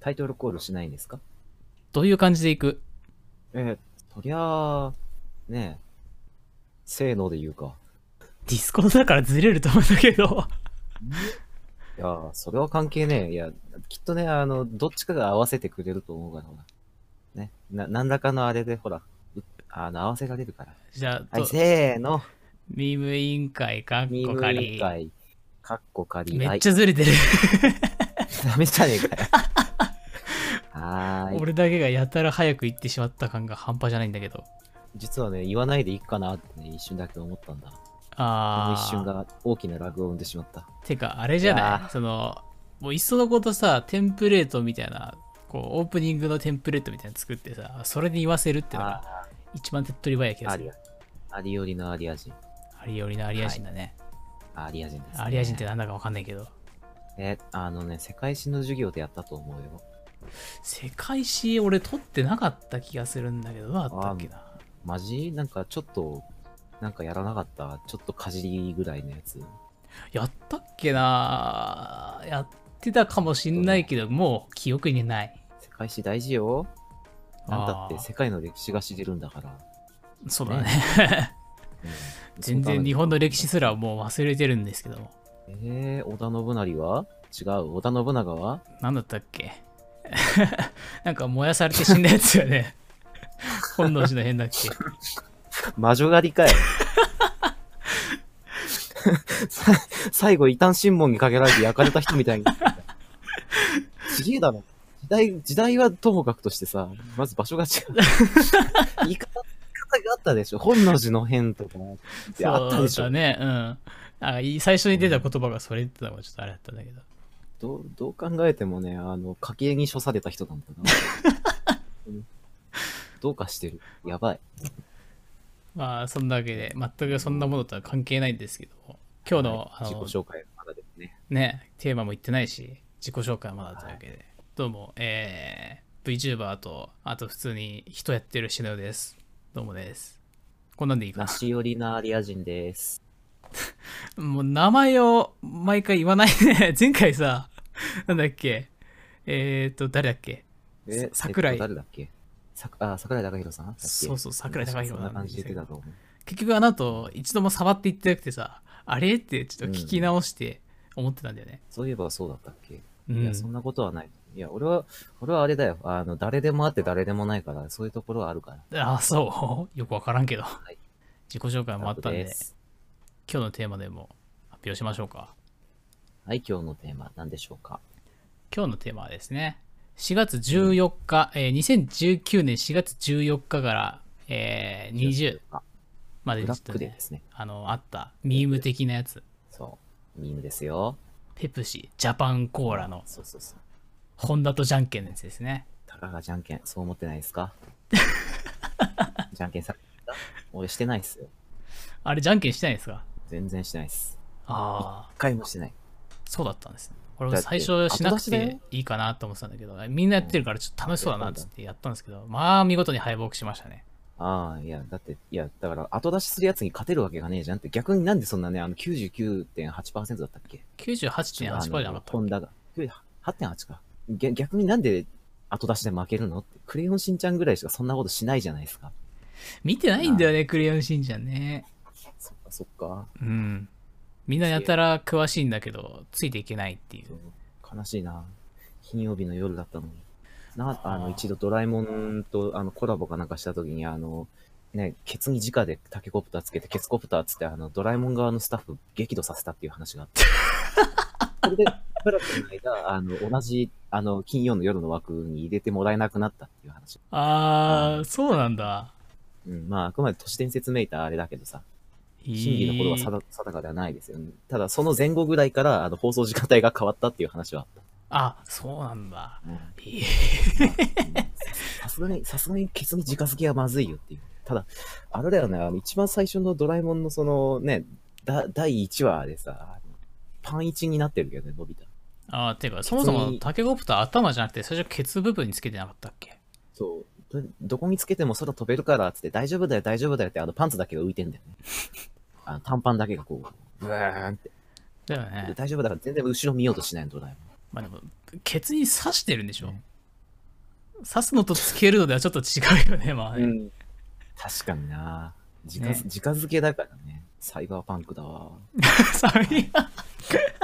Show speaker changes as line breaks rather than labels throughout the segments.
タイトルコールしないんですか
どういう感じでいく
えー、そりゃあ、ねえ、せーので言うか。
ディスコードだからずれると思うんだけど。
いやー、それは関係ねえ。いや、きっとね、あの、どっちかが合わせてくれると思うから、ほら。ね、な、何らかのあれで、ほら、うあの、合わせられるから。
じゃあ、
はい、
と
せーの。
ミーム委員会かっ
ミー
こ
ム
か
委
り
員。会、カッコ仮。
めっ
ゃ。
ちゃずれてる。
ダメじゃねえかよ。はーい。
俺だけがやたら早く行ってしまった感が半端じゃないんだけど。
実はね、言わないでいいかなってね、一瞬だけ思ったんだ。この
あ
一
ー。
瞬が大きなラグを生んでしまった。
てか、あれじゃ
いや
ないその、もういっそのことさ、テンプレートみたいな、こう、オープニングのテンプレートみたいなの作ってさ、それで言わせるってのが
あ
一番手っ取り早い気
ー
が
ア
す
リ
る
ア。。アリよりのアリア人。
アリオリのアリア人だね。
アリア人です、
アリア人ってなんだかわかんないけど。
え、あのね、世界史の授業でやったと思うよ。
世界史、俺撮ってなかった気がするんだけど、どうだったっけな。
マジなんかちょっと、なんかやらなかった。ちょっとかじりぐらいのやつ。
やったっけなやってたかもしんないけど、もう記憶にない。
世界史大事よ。なんだって
あー
世界の歴史が知れるんだから。
そう だね。
うん
全然日本の歴史すらもう忘れてるんですけども。
えー、織田信成は違う。織田信長は
なんだったっけ なんか燃やされて死んだやつよ ね。本能寺の変だっけ
魔女狩り かい。さ最後、異端審問にかけられて焼かれた人みたいに。ちげえだろ。時代、時代はともかくとしてさ、まず場 所が違う。言い方、言い方があったでしょ。本能寺の変とか。ってあったでし
そう
ょ。
だね。うん。あい最初に出た言葉がそれってのがちょっとあれだったんだけど。
どう、どう考えてもね、あの、家計に処された人なんだな。 うんどうかしてる。やばい。
まあ、そんなわけで、全くそんなものとは関係ないんですけども、今日の,、あ
自己
の
紹介はまだですね。
ね、テーマも言ってないし、自己紹介はまだというわけで、どうも、えー、VTuber と、あと普通に人やってるしのよです。どうもです。こんなんでいいか
ナ
な
シ寄りなアリア人です。
もう名前を毎回言わないね。 前回さ、なんだっけ。えっ、ー、と、誰だっけさ桜井
えっと誰だっけさあ、桜井高弘さんだっけ
そうそう、桜井高
そ
弘
ん
な
なん感
です
じで言って
け
た
ど。
と思う。
結局あの後、一度も触っていってなくてさ、あれってちょっと聞き直して思ってたんだよね。
そういえばそうだったっけ、
うん。
いや、そんなことはない。いや、俺は、俺はあれだよ。あの、誰でもあって誰でもないから、そういうところはあるから。
ああ、そう。よくわからんけど。
い
自己紹介もあったんで、
ラブです
今日のテーマでも発表しましょうか。
はい、今日のテーマ、何でしょうか
今日のテーマはですね、4月14日、えー2019年4月14日から、えー20
あ
まで
ブ
ちょ
ラ
っ
ッ
と
クデー
ね
で、すね。
あの、あった、ミーム的なやつ。
そう。ミームですよ。
ペプシ、ジャパンコーラの、
そうそうそう。
ホンダとじゃんけんのやつですね。
たかがじゃんけん、そう思ってないです かじゃんけんされた俺してないっすよ。
あれ、じゃんけんしてないですか
全然してないっす。
ああ、
一回もしてない。
そうだったんですね。俺
だ
も
って
最初しなく
後出しだよ
ていいかなと思ってたんだけど、みんなやってるからちょっと楽しそうだなっつってやったんですけど、まあ見事に敗北しましたね。
ああ、いや、だって、いや、だから、後出しするやつに勝てるわけがねえじゃんって、逆になんでそんなね、あの、99.8%だったっけ
98.8%じゃなかった
ホンダが。8.8か。逆逆になんで後出しで負けるのって、クレヨンしんちゃんぐらいしかそんなことしないじゃないですか。
見てないんだよね、クレヨンしんちゃんね。
そっか、そっか。
うん。みんなやたら詳しいんだけど、ついていけないっていう。
悲しいな。金曜日の夜だったのに。な、あの、一度ドラえもんとあのコラボかなんかした時に、あの、ね、ケツに直でタケコプターつけて、ケツコプターつって、あの、ドラえもん側のスタッフ激怒させたっていう話 があって。それで、プラスの間、あの、同じ、あの、金曜の夜の枠に入れてもらえなくなったっていう話。
あー、そうなんだ。
うん、まあ、あくまで都市伝説めいたあれだけどさ、
いい
真偽の頃は定定かではないですよね。ただ、その前後ぐらいから、あの、放送時間帯が変わったっていう話はあっ
あ、そうなんだ。
た。うん
いい
さすがに、さすがにケツに直付けはまずいよっていう。ただ、あれだよね、あの、一番最初のドラえもんのそのね、だ第1話でさ、あのパン1になってるけどね、伸びた。
あー、てか、そもそ
ケツ
も
に
タケコプター頭じゃなくて、最初ケツ部分につけてなかったっけ
そう。どどこにつけても空飛べるからっつって、大丈夫だよ、大丈夫だよって、あの、パンツだけが浮いてんだよね。あの短パンだけがこう、ブーンって。
だよ
で
ね。
大丈夫だから全然後ろ見ようとしないの、ドラえもん。
まあでも、ケツに刺してるんでしょ、
ね
刺すのとつけるのではちょっと違うよね、まあね、
うん。確かにな。時間、
ね
時間付けだからね。サイバーパンクだわ。
サイバー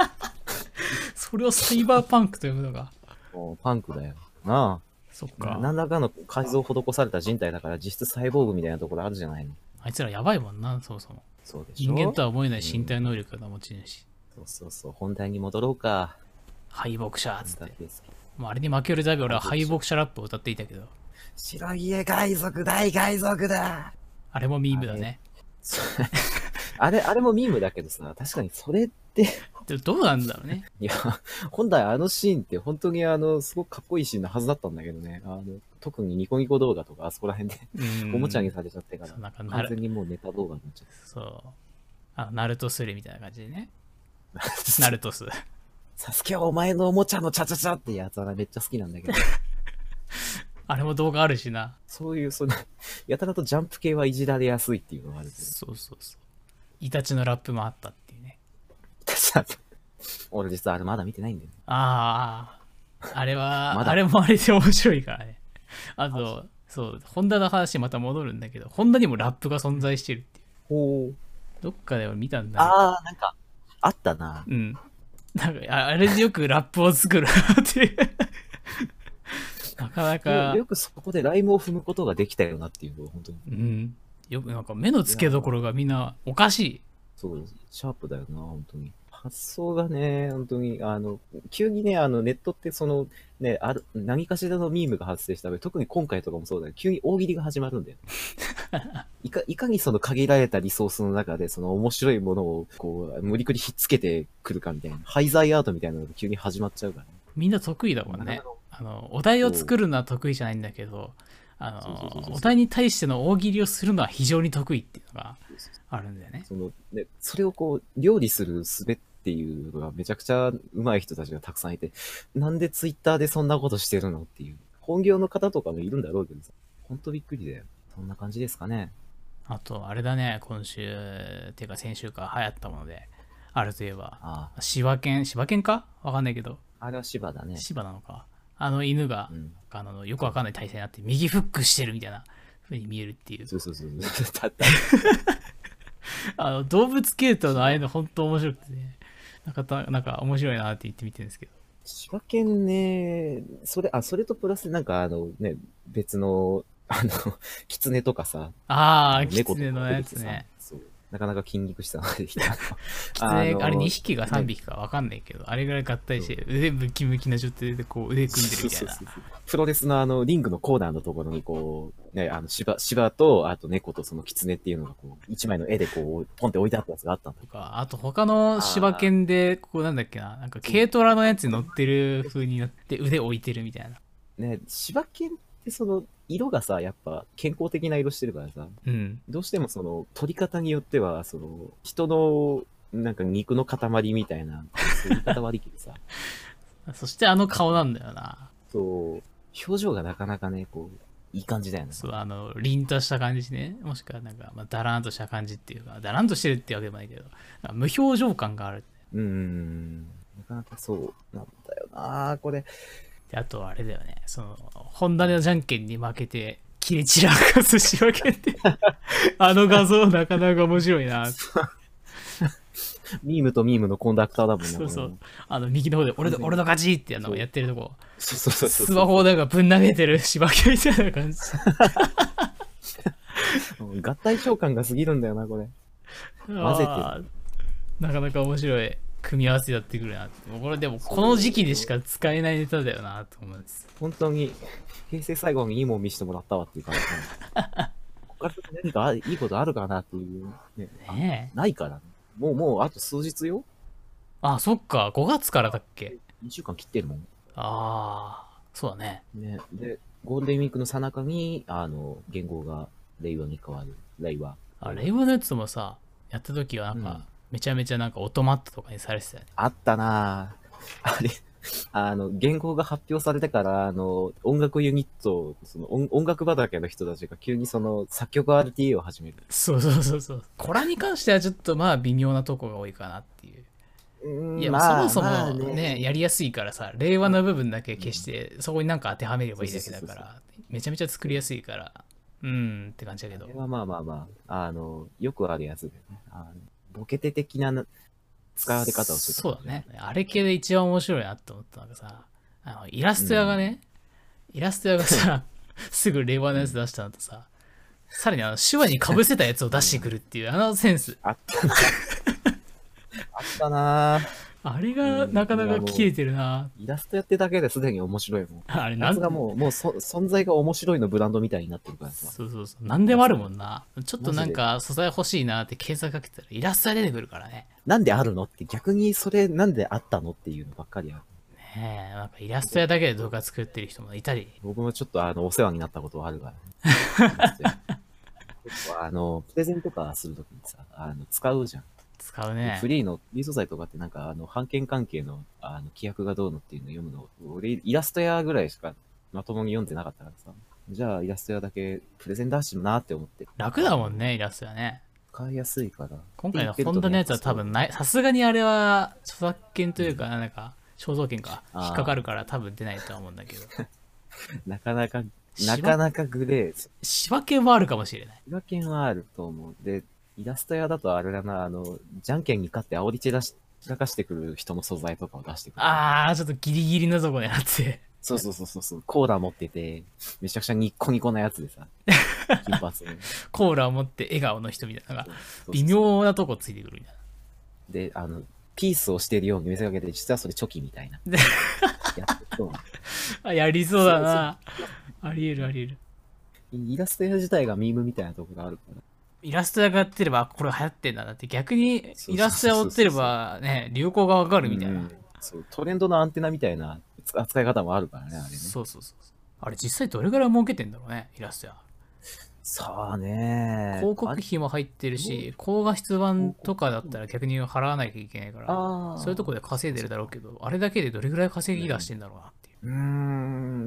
それをサイバーパンクと呼ぶのが。
もうパンクだよ。な
そっ
あ。
か。
何らかの改造を施された人体だから実質サイボーグみたいなところあるじゃないの。
あいつらやばいもんな、そもそも。
そうでしょ
人間とは思えない身体能力の持ち主。
そうそうそう。本題に戻ろうか。
敗北者っつっ
本
て。
題です
まあ、あれに負けるたび俺は敗北者ラップを歌っていたけど、
白家海賊大海賊だ
あれもミームだね。
そ あれ、あれもミームだけどさ、確かにそれって、
でもどうなんだろうね。
いや、本来あのシーンって本当にあの、すごくかっこいいシーンのはずだったんだけどね。あの、特にニコニコ動画とかあそこら辺で
う ん
おもちゃにされちゃってか
そう
ら、
なんかな
完全
る、
にもうネタ動画になっちゃっ
そう。あのナルトスレみたいな感じでね。
た。
ナルトス。
サスケはお前のおもちゃのチャチャチャってやつはめっちゃ好きなんだけど、
あれも動画あるしな。
そういう、その、 やたらとジャンプ系はいじられやすいっていうのがあるけど。
そうそうそう。イタチのラップもあったっていうね。
私は 俺実はあれまだ見てないんだよね。
ああ、あれは、
まだ
あれもあれで面白いからね。あと、そう、ホンダの話にまた戻るんだけど、ホンダにもラップが存在してるっていう。
ほう。
どっかで俺見たんだな
ああ、なんか、あったな。
うん。なんか、ああれでよくラップを作るなっていう。なかなか、
よくそこでライムを踏むことができたよなっていうのは本当に。
うん。よくなんか目の付けどころがみんなおかしい。
そう、シャープだよな、本当に。発想がね、本当に、あの、急にね、あの、ネットってその、ね、ある、何かしらのミームが発生した場合、特に今回とかもそうだけど、急に大喜利が始まるん だよ。いか、いかにその限られたリソースの中で、その面白いものを、こう、無理くりひっつけてくるかみたいな、廃材アートみたいなのが急に始まっちゃうからね。
みんな得意だもんね。あの、お題を作るのは得意じゃないんだけど、あ
そうそうそうそ
の、
う
お題に対しての大喜利をするのは非常に得意っていうのがあるんだよね。
その、ね、それをこう、料理する術っていうのがめちゃくちゃ上手い人たちがたくさんいて、なんでツイッターでそんなことしてるのっていう。本業の方とかもいるんだろうけどさ。ほんとびっくりだよ。そんな感じですかね。
あと、あれだね、今週、っていうか先週か流行ったもので、あるといえば、
あ
柴犬、柴犬かわかんないけど、
あ、あれは芝だね。
柴なのか。あの犬が
う、ん。
あのよくわかんない体勢になって、右フックしてるみたいな風に見えるっていう。
そうそうそう。 だった。
あの動物系統のああいうの本当面白くてね、なんかた、なんか面白いなって言ってみてるんですけど。
柴犬ね、それ、あ、それとプラスなんかあのね、別の、あの、狐とかさ、
ああ、キ
猫
ツ
とか
ネのや
出てき
つ
てさ
ね。。
そう。なかなか筋肉質なのができ た。
キツネ、
の
あれ2匹か3匹かわかんないけど、あれぐらい合体して、腕ムキムキな状態でこう腕組んでるみたいな
そう。そうそうそうプロレスのあの、リングのコーナーのところにこう、ね、あの、芝、芝と、あと猫とその狐っていうのがこう、一枚の絵でこう、ポンって置いてあったやつがあったんだ
とか、あと他の柴犬で、ここなんだっけな、なんか軽トラのやつに乗ってる風になって腕置いてるみたいな。
ね、芝犬ってその、色がさ、やっぱ健康的な色してるからさ、
うん。
どうしてもその、取り方によっては、その、人の、なんか肉の塊みたいな、そういう言い方悪いけど さ、
そしてあの顔なんだよな。
そう、表情がなかなかね、こう、いい感じだよね。
そう、あの、凛とした感じね。もしくはなんか、まあ、だらんとした感じっていうか、だらんとしてるってわけでもないけど、なんか無表情感がある。
うーん、なかなかそうなんだよなこれ。
で、あとあれだよね。その、ホンダのじゃんけんに負けて、切れ散らかす柴犬って。 あの画像なかなか面白いな。
ミームとミームのコンダクターだもんね。
そうそ
これ
う。あの、右の方で、俺の、俺の勝ちってやるの
そう
やってるとこ。
そうそうそうそう。
スマホをなんかぶん投げてる柴犬みたいな 感じ。
合体召喚が過ぎるんだよな、これ。混ぜて
あーなかなか面白い組み合わせやってくるなってもうこれでもこの時期でしか使えないネタだよなと思うんです
本当に、平成最後にいいもん見せてもらったわっていう感じ。 ここから先何かあいいことあるかなっていう、ね。
ねえ
ないから、ね。もうもう、あと数日よ。
あそっか5月からだっけ
2週間切ってるもん。
ああそうだね
ね。で、ゴールデンウィークの最中に、あの、言語が令和に変わる。令和。
あレイボーのやつもさやった時はなんか、
うん
めちゃめちゃなんかオートマットとかにされてたよね
あったな ぁ。あれ、あの、原稿が発表されてから、あの、音楽ユニット、その音音楽畑の人たちが急にその作曲 RTA を始める。
そうそうそうそうコラに関してはちょっとまあ微妙なとこが多いかなっていういや、
まあ
そも
まあ
そもねやりやすいからさ令和の部分だけ消して、そこになんか当てはめればいいだけだ
そうそ
か
うそう
らめちゃめちゃ作りやすいからうんって感じだけど
これはまあまあまあ、あの、よくあるやつだよね。あのボケて的なな使われ方をする。
そうだね。あれ系で一番面白いなって思ったのがさあのイラスト屋がね、イラスト屋が さすぐ令和のやつ出したのとさ、さらにあの手話にかぶせたやつを出してくるっていうあのセンス
あった な。あったなぁ。
あれがなかなか切れてるな、
イラストやってだけですでに面白いもん。
あれ
あ
ないん
つがもう、もうそ存在が面白いのブランドみたいになってるからさ。
そうそうそう何でもあるもんなちょっとなんか素材欲しいなって検索かけたらイラスト屋出てくるからね
なんであるのって逆にそれなんであったのっていうのばっかりある。
ねえなんかイラスト屋だけで動画作ってる人もいたり
僕もちょっとあの、お世話になったことはあるから ね。結構あの、プレゼントとかするときにさ、あの、使うじゃん。
使うね
フリーの、フリー素材とかってなんか、あの、版権関係の、あの、規約がどうのっていうのを読むの、俺、イラスト屋ぐらいしかまともに読んでなかったからさ。じゃあ、イラスト屋だけプレゼン出してもなって思って。
楽だもん。ねイラスト屋ね
使いやすいから。
今回のホンダのやつは多分ない、さすがにあれは著作権というか、なんか、肖像権か、
あー
引っかかるから多分出ないとは思うんだけど、
なかなか、
しば
なかなかグレー。
仕分けもあるかもしれない。
違和感はあると思う。で、イラスト屋だとあれだな、あの、じゃんけんに勝って煽り散らし、散らかしてくる人の素材とかを出してくる。
あー、ちょっとギリギリのとこ狙って、
そうそうそうそうそう。コーラ持ってて、めちゃくちゃニッコニコなやつで さ。金髪の。
コーラを持って笑顔の人みたいな、なん
そ
か、
うそう
微妙なとこついてくるみたい
で、あの、ピースをしているように見せかけて、実はそれチョキみ たいな。
で
やってると
な。あ、やりそうだな。ありえるありえる。
イラスト屋自体がミームみたいなとこがあるから。
イラスト屋がやってれば、これ流行ってんだなって、逆
そ
に
うそうそうそう
イラスト屋を追ってれば、ね、流行がわかるみたいな。
うんそう、トレンドのアンテナみたいな扱扱い方もあるからね、あれね。
そうそうそう。あれ実際どれぐらい儲けてんだろうね、イラスト屋。
さあね
広告
あれ
費も入ってるし、高画質版とかだったら逆に払わなきゃいけないから、
あー
そういうとこで稼いでるだろうけど、あれだけでどれぐらい稼ぎ出してんだろうなっていう。
うー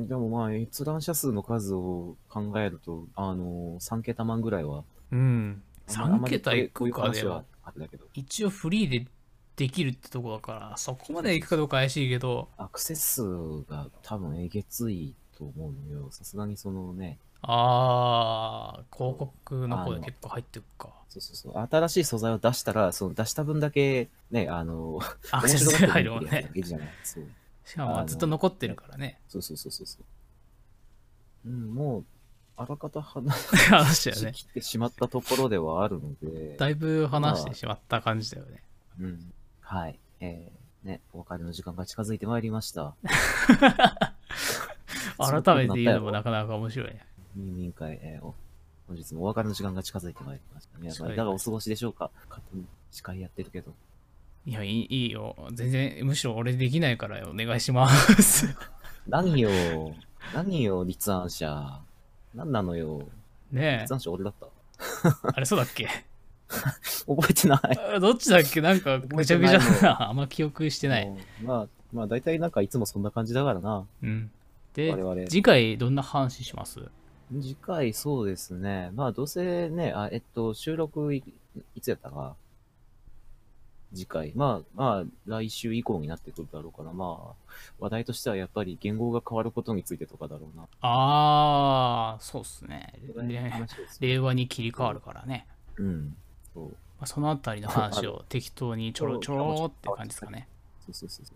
ん、でもまあ、閲覧者数の数を考えると、あのー、3桁万ぐらいは。
うん。3桁い
行
くかでは
は。。あれだけど。
一応フリーでできるってとこだから、そこまでいくかどうか怪しいけど、
アクセス数が多分えげついと思うのよ。さすがにそのね、
あー、広告の方で結構入ってくか。
そうそうそう。新しい素材を出したら、その出した分だけ、ね、あの、
アクセスが入るもん
面白がってく。れるや
ね
つだけじゃない。そう
しかもずっと残ってるか らね。
そうそうそうそうそう。うん、もう、あらかた話し
話だよね。
切ってしまったところではあるので、
だいぶ話してしまった感じだよね。
うん。はい。えー、ね、お別れの時間が近づいてまいりま した。
改めて言うのもなかなか面白いね。
ミンミン会、えーお本日もお別れの時間が近づいてまいりました。皆さん、
近い
いかがお過ごしでしょうか勝手に司会やってるけど。
いや、いいいいよ。全然、むしろ俺できないからお願い します。
何 よ、何よ、立案者。何なのよ。
ねえ
立。案者俺だった。
あれ、そうだっけ
覚えてない。
あどっちだっけなんか、ぐちゃぐちゃだな。あ んま記憶してない。
うん。 まあ、まあ、大体なんかいつもそんな感じだからな。
うん。で
我、々。
次回どんな話します
次回そうですね。まあ、どうせね、あ、えっと、収録い、いつやったか。次回。まあ、まあ、来週以降になってくるだろうから、まあ、話題としてはやっぱり言語が変わることについてとかだろうな。
あー、そうっすね。れ
話です
令和に切り替わるからね。
うん。そう。
まあ、そのあたりの話を適当にちょろちょろって感じですかね。
そうそうそうそ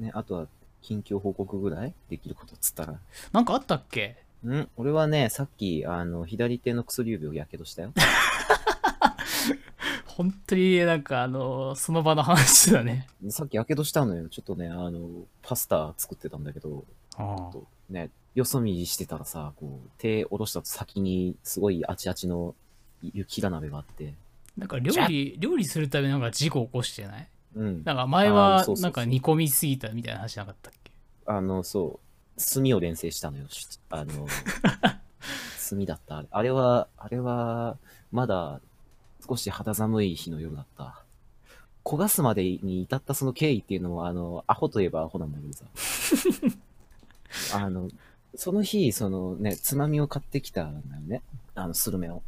う。ね、あとは、近況報告ぐらいできることっつったら。
なんかあったっけ
うん、俺はね、さっき、あの、左手の薬指をやけどしたよ。
本当になんか、あの、その場の話だね。
さっきやけどしたのよ。ちょっとね、あの、パスタ作ってたんだけど、
あ
とね、よそ見してたらさ、こう、手下ろした先に、すごいあちあちの雪だ鍋があって、
なんか料理、料理するためなんか事故起こしてない
うん。
なんか前
あー
は
そうそうそう
なんか煮込みすぎたみたいな話なかったっけ
あの、そう、炭を連成したのよ。しあの、炭だった。あれあれは、あれは、まだ、少し肌寒い日の夜だった。焦がすまでに至ったその経緯っていうのも、あの、アホといえばアホなんだけどさ。あの、その日、そのね、つまみを買ってきたんだよね。あの、スルメを。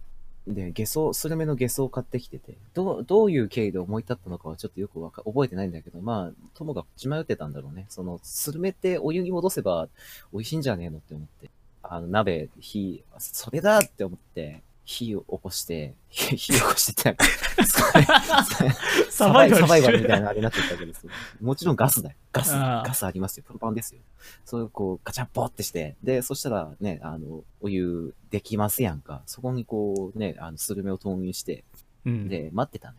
で、下装、スルメの下装を買ってきてて、どう、どういう経緯で思い立ったのかはちょっとよくわか、覚えてないんだけど、まあ、ともかく血迷ってたんだろうね。その、スルメってお湯に戻せば美味しいんじゃねえのって思って、あの、鍋、火、それだって思って、火を起こして、 火火起こしてってなんかそれ
サバイバ ル
サバイバルみたい
な。
なあれになってたわけですよ。もちろんガスだよ。ガス、
ああ
ガスありますよ。パンパンですよ。そういう、こう、ガチャッポってして、で、そしたらね、あの、お湯できますやんか。そこにこう、ね、あの、スルメを投入して、
うん、
で、待ってたの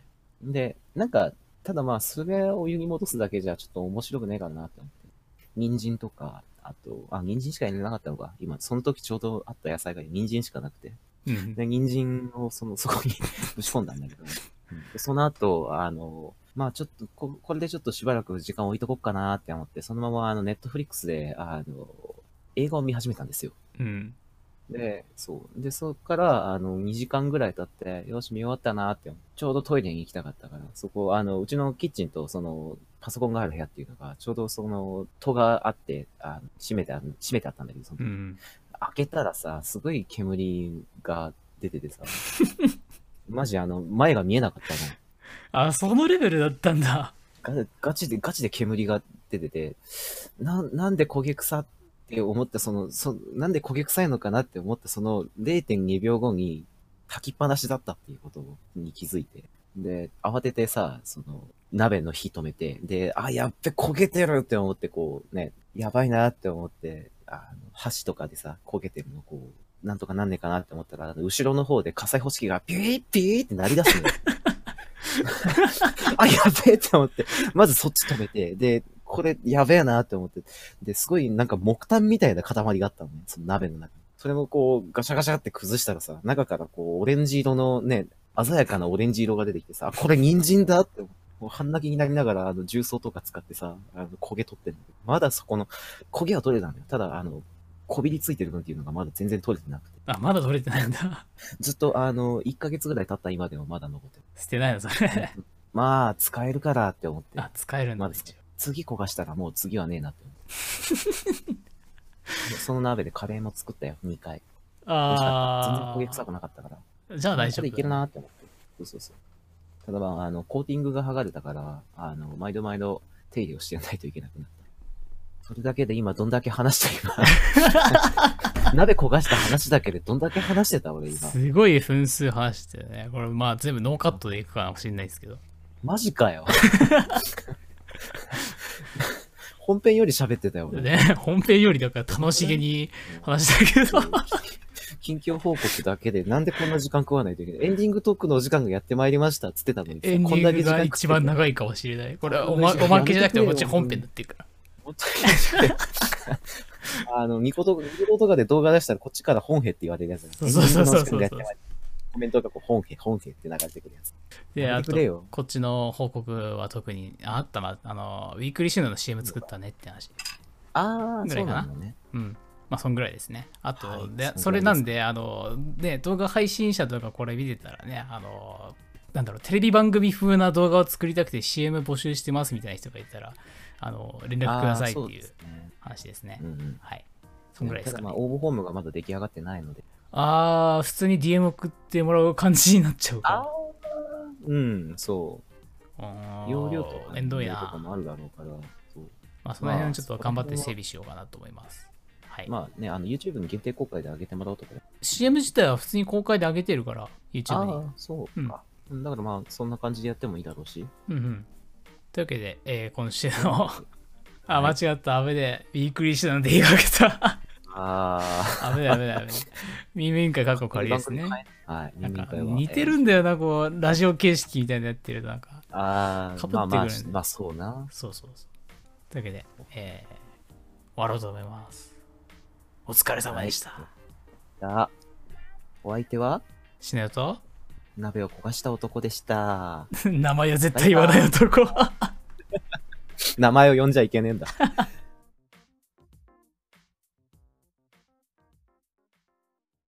よ。で、なんか、ただまあ、スルメをお湯に戻すだけじゃちょっと面白くねえかなって思って。人参とか、あと、あ、人参しか入れなかったのか。今、その時ちょうどあった野菜が人参しかなくて。
うん
で、人参をその、そこに ぶち込んだんだけど、うんでその後、あの、まあちょっとこ、これでちょっとしばらく時間置いとこうかなって思って、そのままあの、ネットフリックスで、あの、映画を見始めたんですよ。
うん。
で、そう。で、そっから、あの、2時間ぐらい経って、よし、見終わったなって思う、ちょうどトイレに行きたかったから、そこ、あの、うちのキッチンと、その、パソコンがある部屋っていうのが、ちょうどその、戸があって、あの閉めてある、閉めてあったんだけど、その
う、ん。
開けたらさ、すごい煙が出ててさ、マジあの、前が見えなかったの。
あ、そのレベルだったんだ。
ガガチで、ガチで煙が出てて、な、なんで焦げ臭って思った、その、そ、なんで焦げ臭いのかなって思った、その0.2秒後に炊きっぱなしだったっていうことに気づいて。で、慌ててさ、その、鍋の火止めて、で、あ、やっべ、焦げてるって思って、こうね、やばいなって思って、あの、箸とかでさ、焦げてるの、こう、なんとかなんねえかなって思ったら、あの後ろの方で火災報知器がピューピーって鳴り出すのよ。あ、やべえって思って、まずそっち止めて、で、これやべえなって思って、で、すごいなんか木炭みたいな塊があったのね、その鍋の中に。それもこう、ガシャガシャって崩したらさ、中からこう、オレンジ色のね、鮮やかなオレンジ色が出てきてさ、あこれ人参だって思って。もう半泣きになりながら、あの、重曹とか使ってさ、あの、焦げ取ってんだけど、まだそこの、焦げは取れたんだよ。ただ、あの、こびりついてる分っていうのがまだ全然取れてなくて。
あ、まだ取れてないんだ。
ずっと、あの、1ヶ月ぐらい経った今でもまだ残ってる。
捨てないの、それ。
まあ、使えるからって思って。
あ、使えるんだ。
まだ
一応
次焦がしたらもう次はねえなっ て思って。その鍋でカレーも作ったよ、2回。美味しかった全然
あ
焦げ臭く
ー
なかったから。
じゃあ大丈
これい
夫
ける
だ。
なって思って。そうそうそう。ただまあ、あの、コーティングが剥がれたから、あの、毎度毎度手入れをしてやらないといけなくなった。それだけで今どんだけ話 した今。鍋焦がした話だけでどんだけ話してた俺今。
すごい分数話してるね。これまあ全部ノーカットでいくかもしれないですけど。
マジか よ。本編より喋ってたよ俺。
ね、 本編よりだから楽しげに話したけど。
近況報告だけで、なんでこんな時間食わないといけない。エンディングトークのお時間がやってまいりましたっつってたのにさ、
エンデ
こんだ
ィ
け
ング
時間
が
食って
一番長いかもしれない。これはおまおまけじゃなくて、もちろん本編だっていうから。
本当に あの、ニコ動画、ニコ動とかで動画出したらこっちから本編って言われるやつ。
そうそうそうそう
エンディングのお時間がやってまいりましたコメントがこう本編、本編って流れてくるやつ。
で、
や
あ
めて
と
くれよ、
こっちの報告は特に、ああったま、あの、ウィークリーシューの CM 作ったねって話。
あー、
ぐら
そ
いうかな
なのね。
うん。まあ、そんぐらいですね。あと、
はい
で、そ
そんぐらいです
れなんで、あの、ね、動画配信者とかこれ見てたらね、あの、なんだろう、テレビ番組風な動画を作りたくて CM 募集してますみたいな人がいたら、あの、連絡くださいって
あーそう
い
で
う
すね
話ですね。
うんうん。
はい。そんぐらいで
た
す
だ
か、
ま
ね
あ、。応募フォームがまだ出来上がってないので。
あー、普通に DM 送ってもらう感じになっちゃうから。
うん、そ
あ
う。容量とか、
面倒い
とか
な。
もあるだろうから、そう。
まあ、その辺はちょっと頑張って整備しようかなと思います。はい。
まあね、あの、YouTube に限定公開で上げてもらおうとか
CM 自体は普通に公開で上げてるから、
あ
YouTube に。
あ、そうか。だからまあ、そんな感じでやってもいいだろう し。
うんうん。というわけで、えー今週 の、あ、間違った、アベで、ウィークリーシナので言いかけた。
あ
アベだ、アベだ、アベだ。ミミン会過去
あ、
仮ですね。
はい、
なん
人間
か
会は。
似てるんだよな、こう、ラジオ形式みたいなのやってると、なんか。
えーあ
被って
あ、ま
くる
あまあ
よね、
まあそうな。
そうそうそう。というわけで、えー、終わろうと思います。お疲れ様でした。
だお相手は、
シネオと、
鍋を焦がした男でした。
名前は絶対言わない男。
名前を呼んじゃいけねえんだ。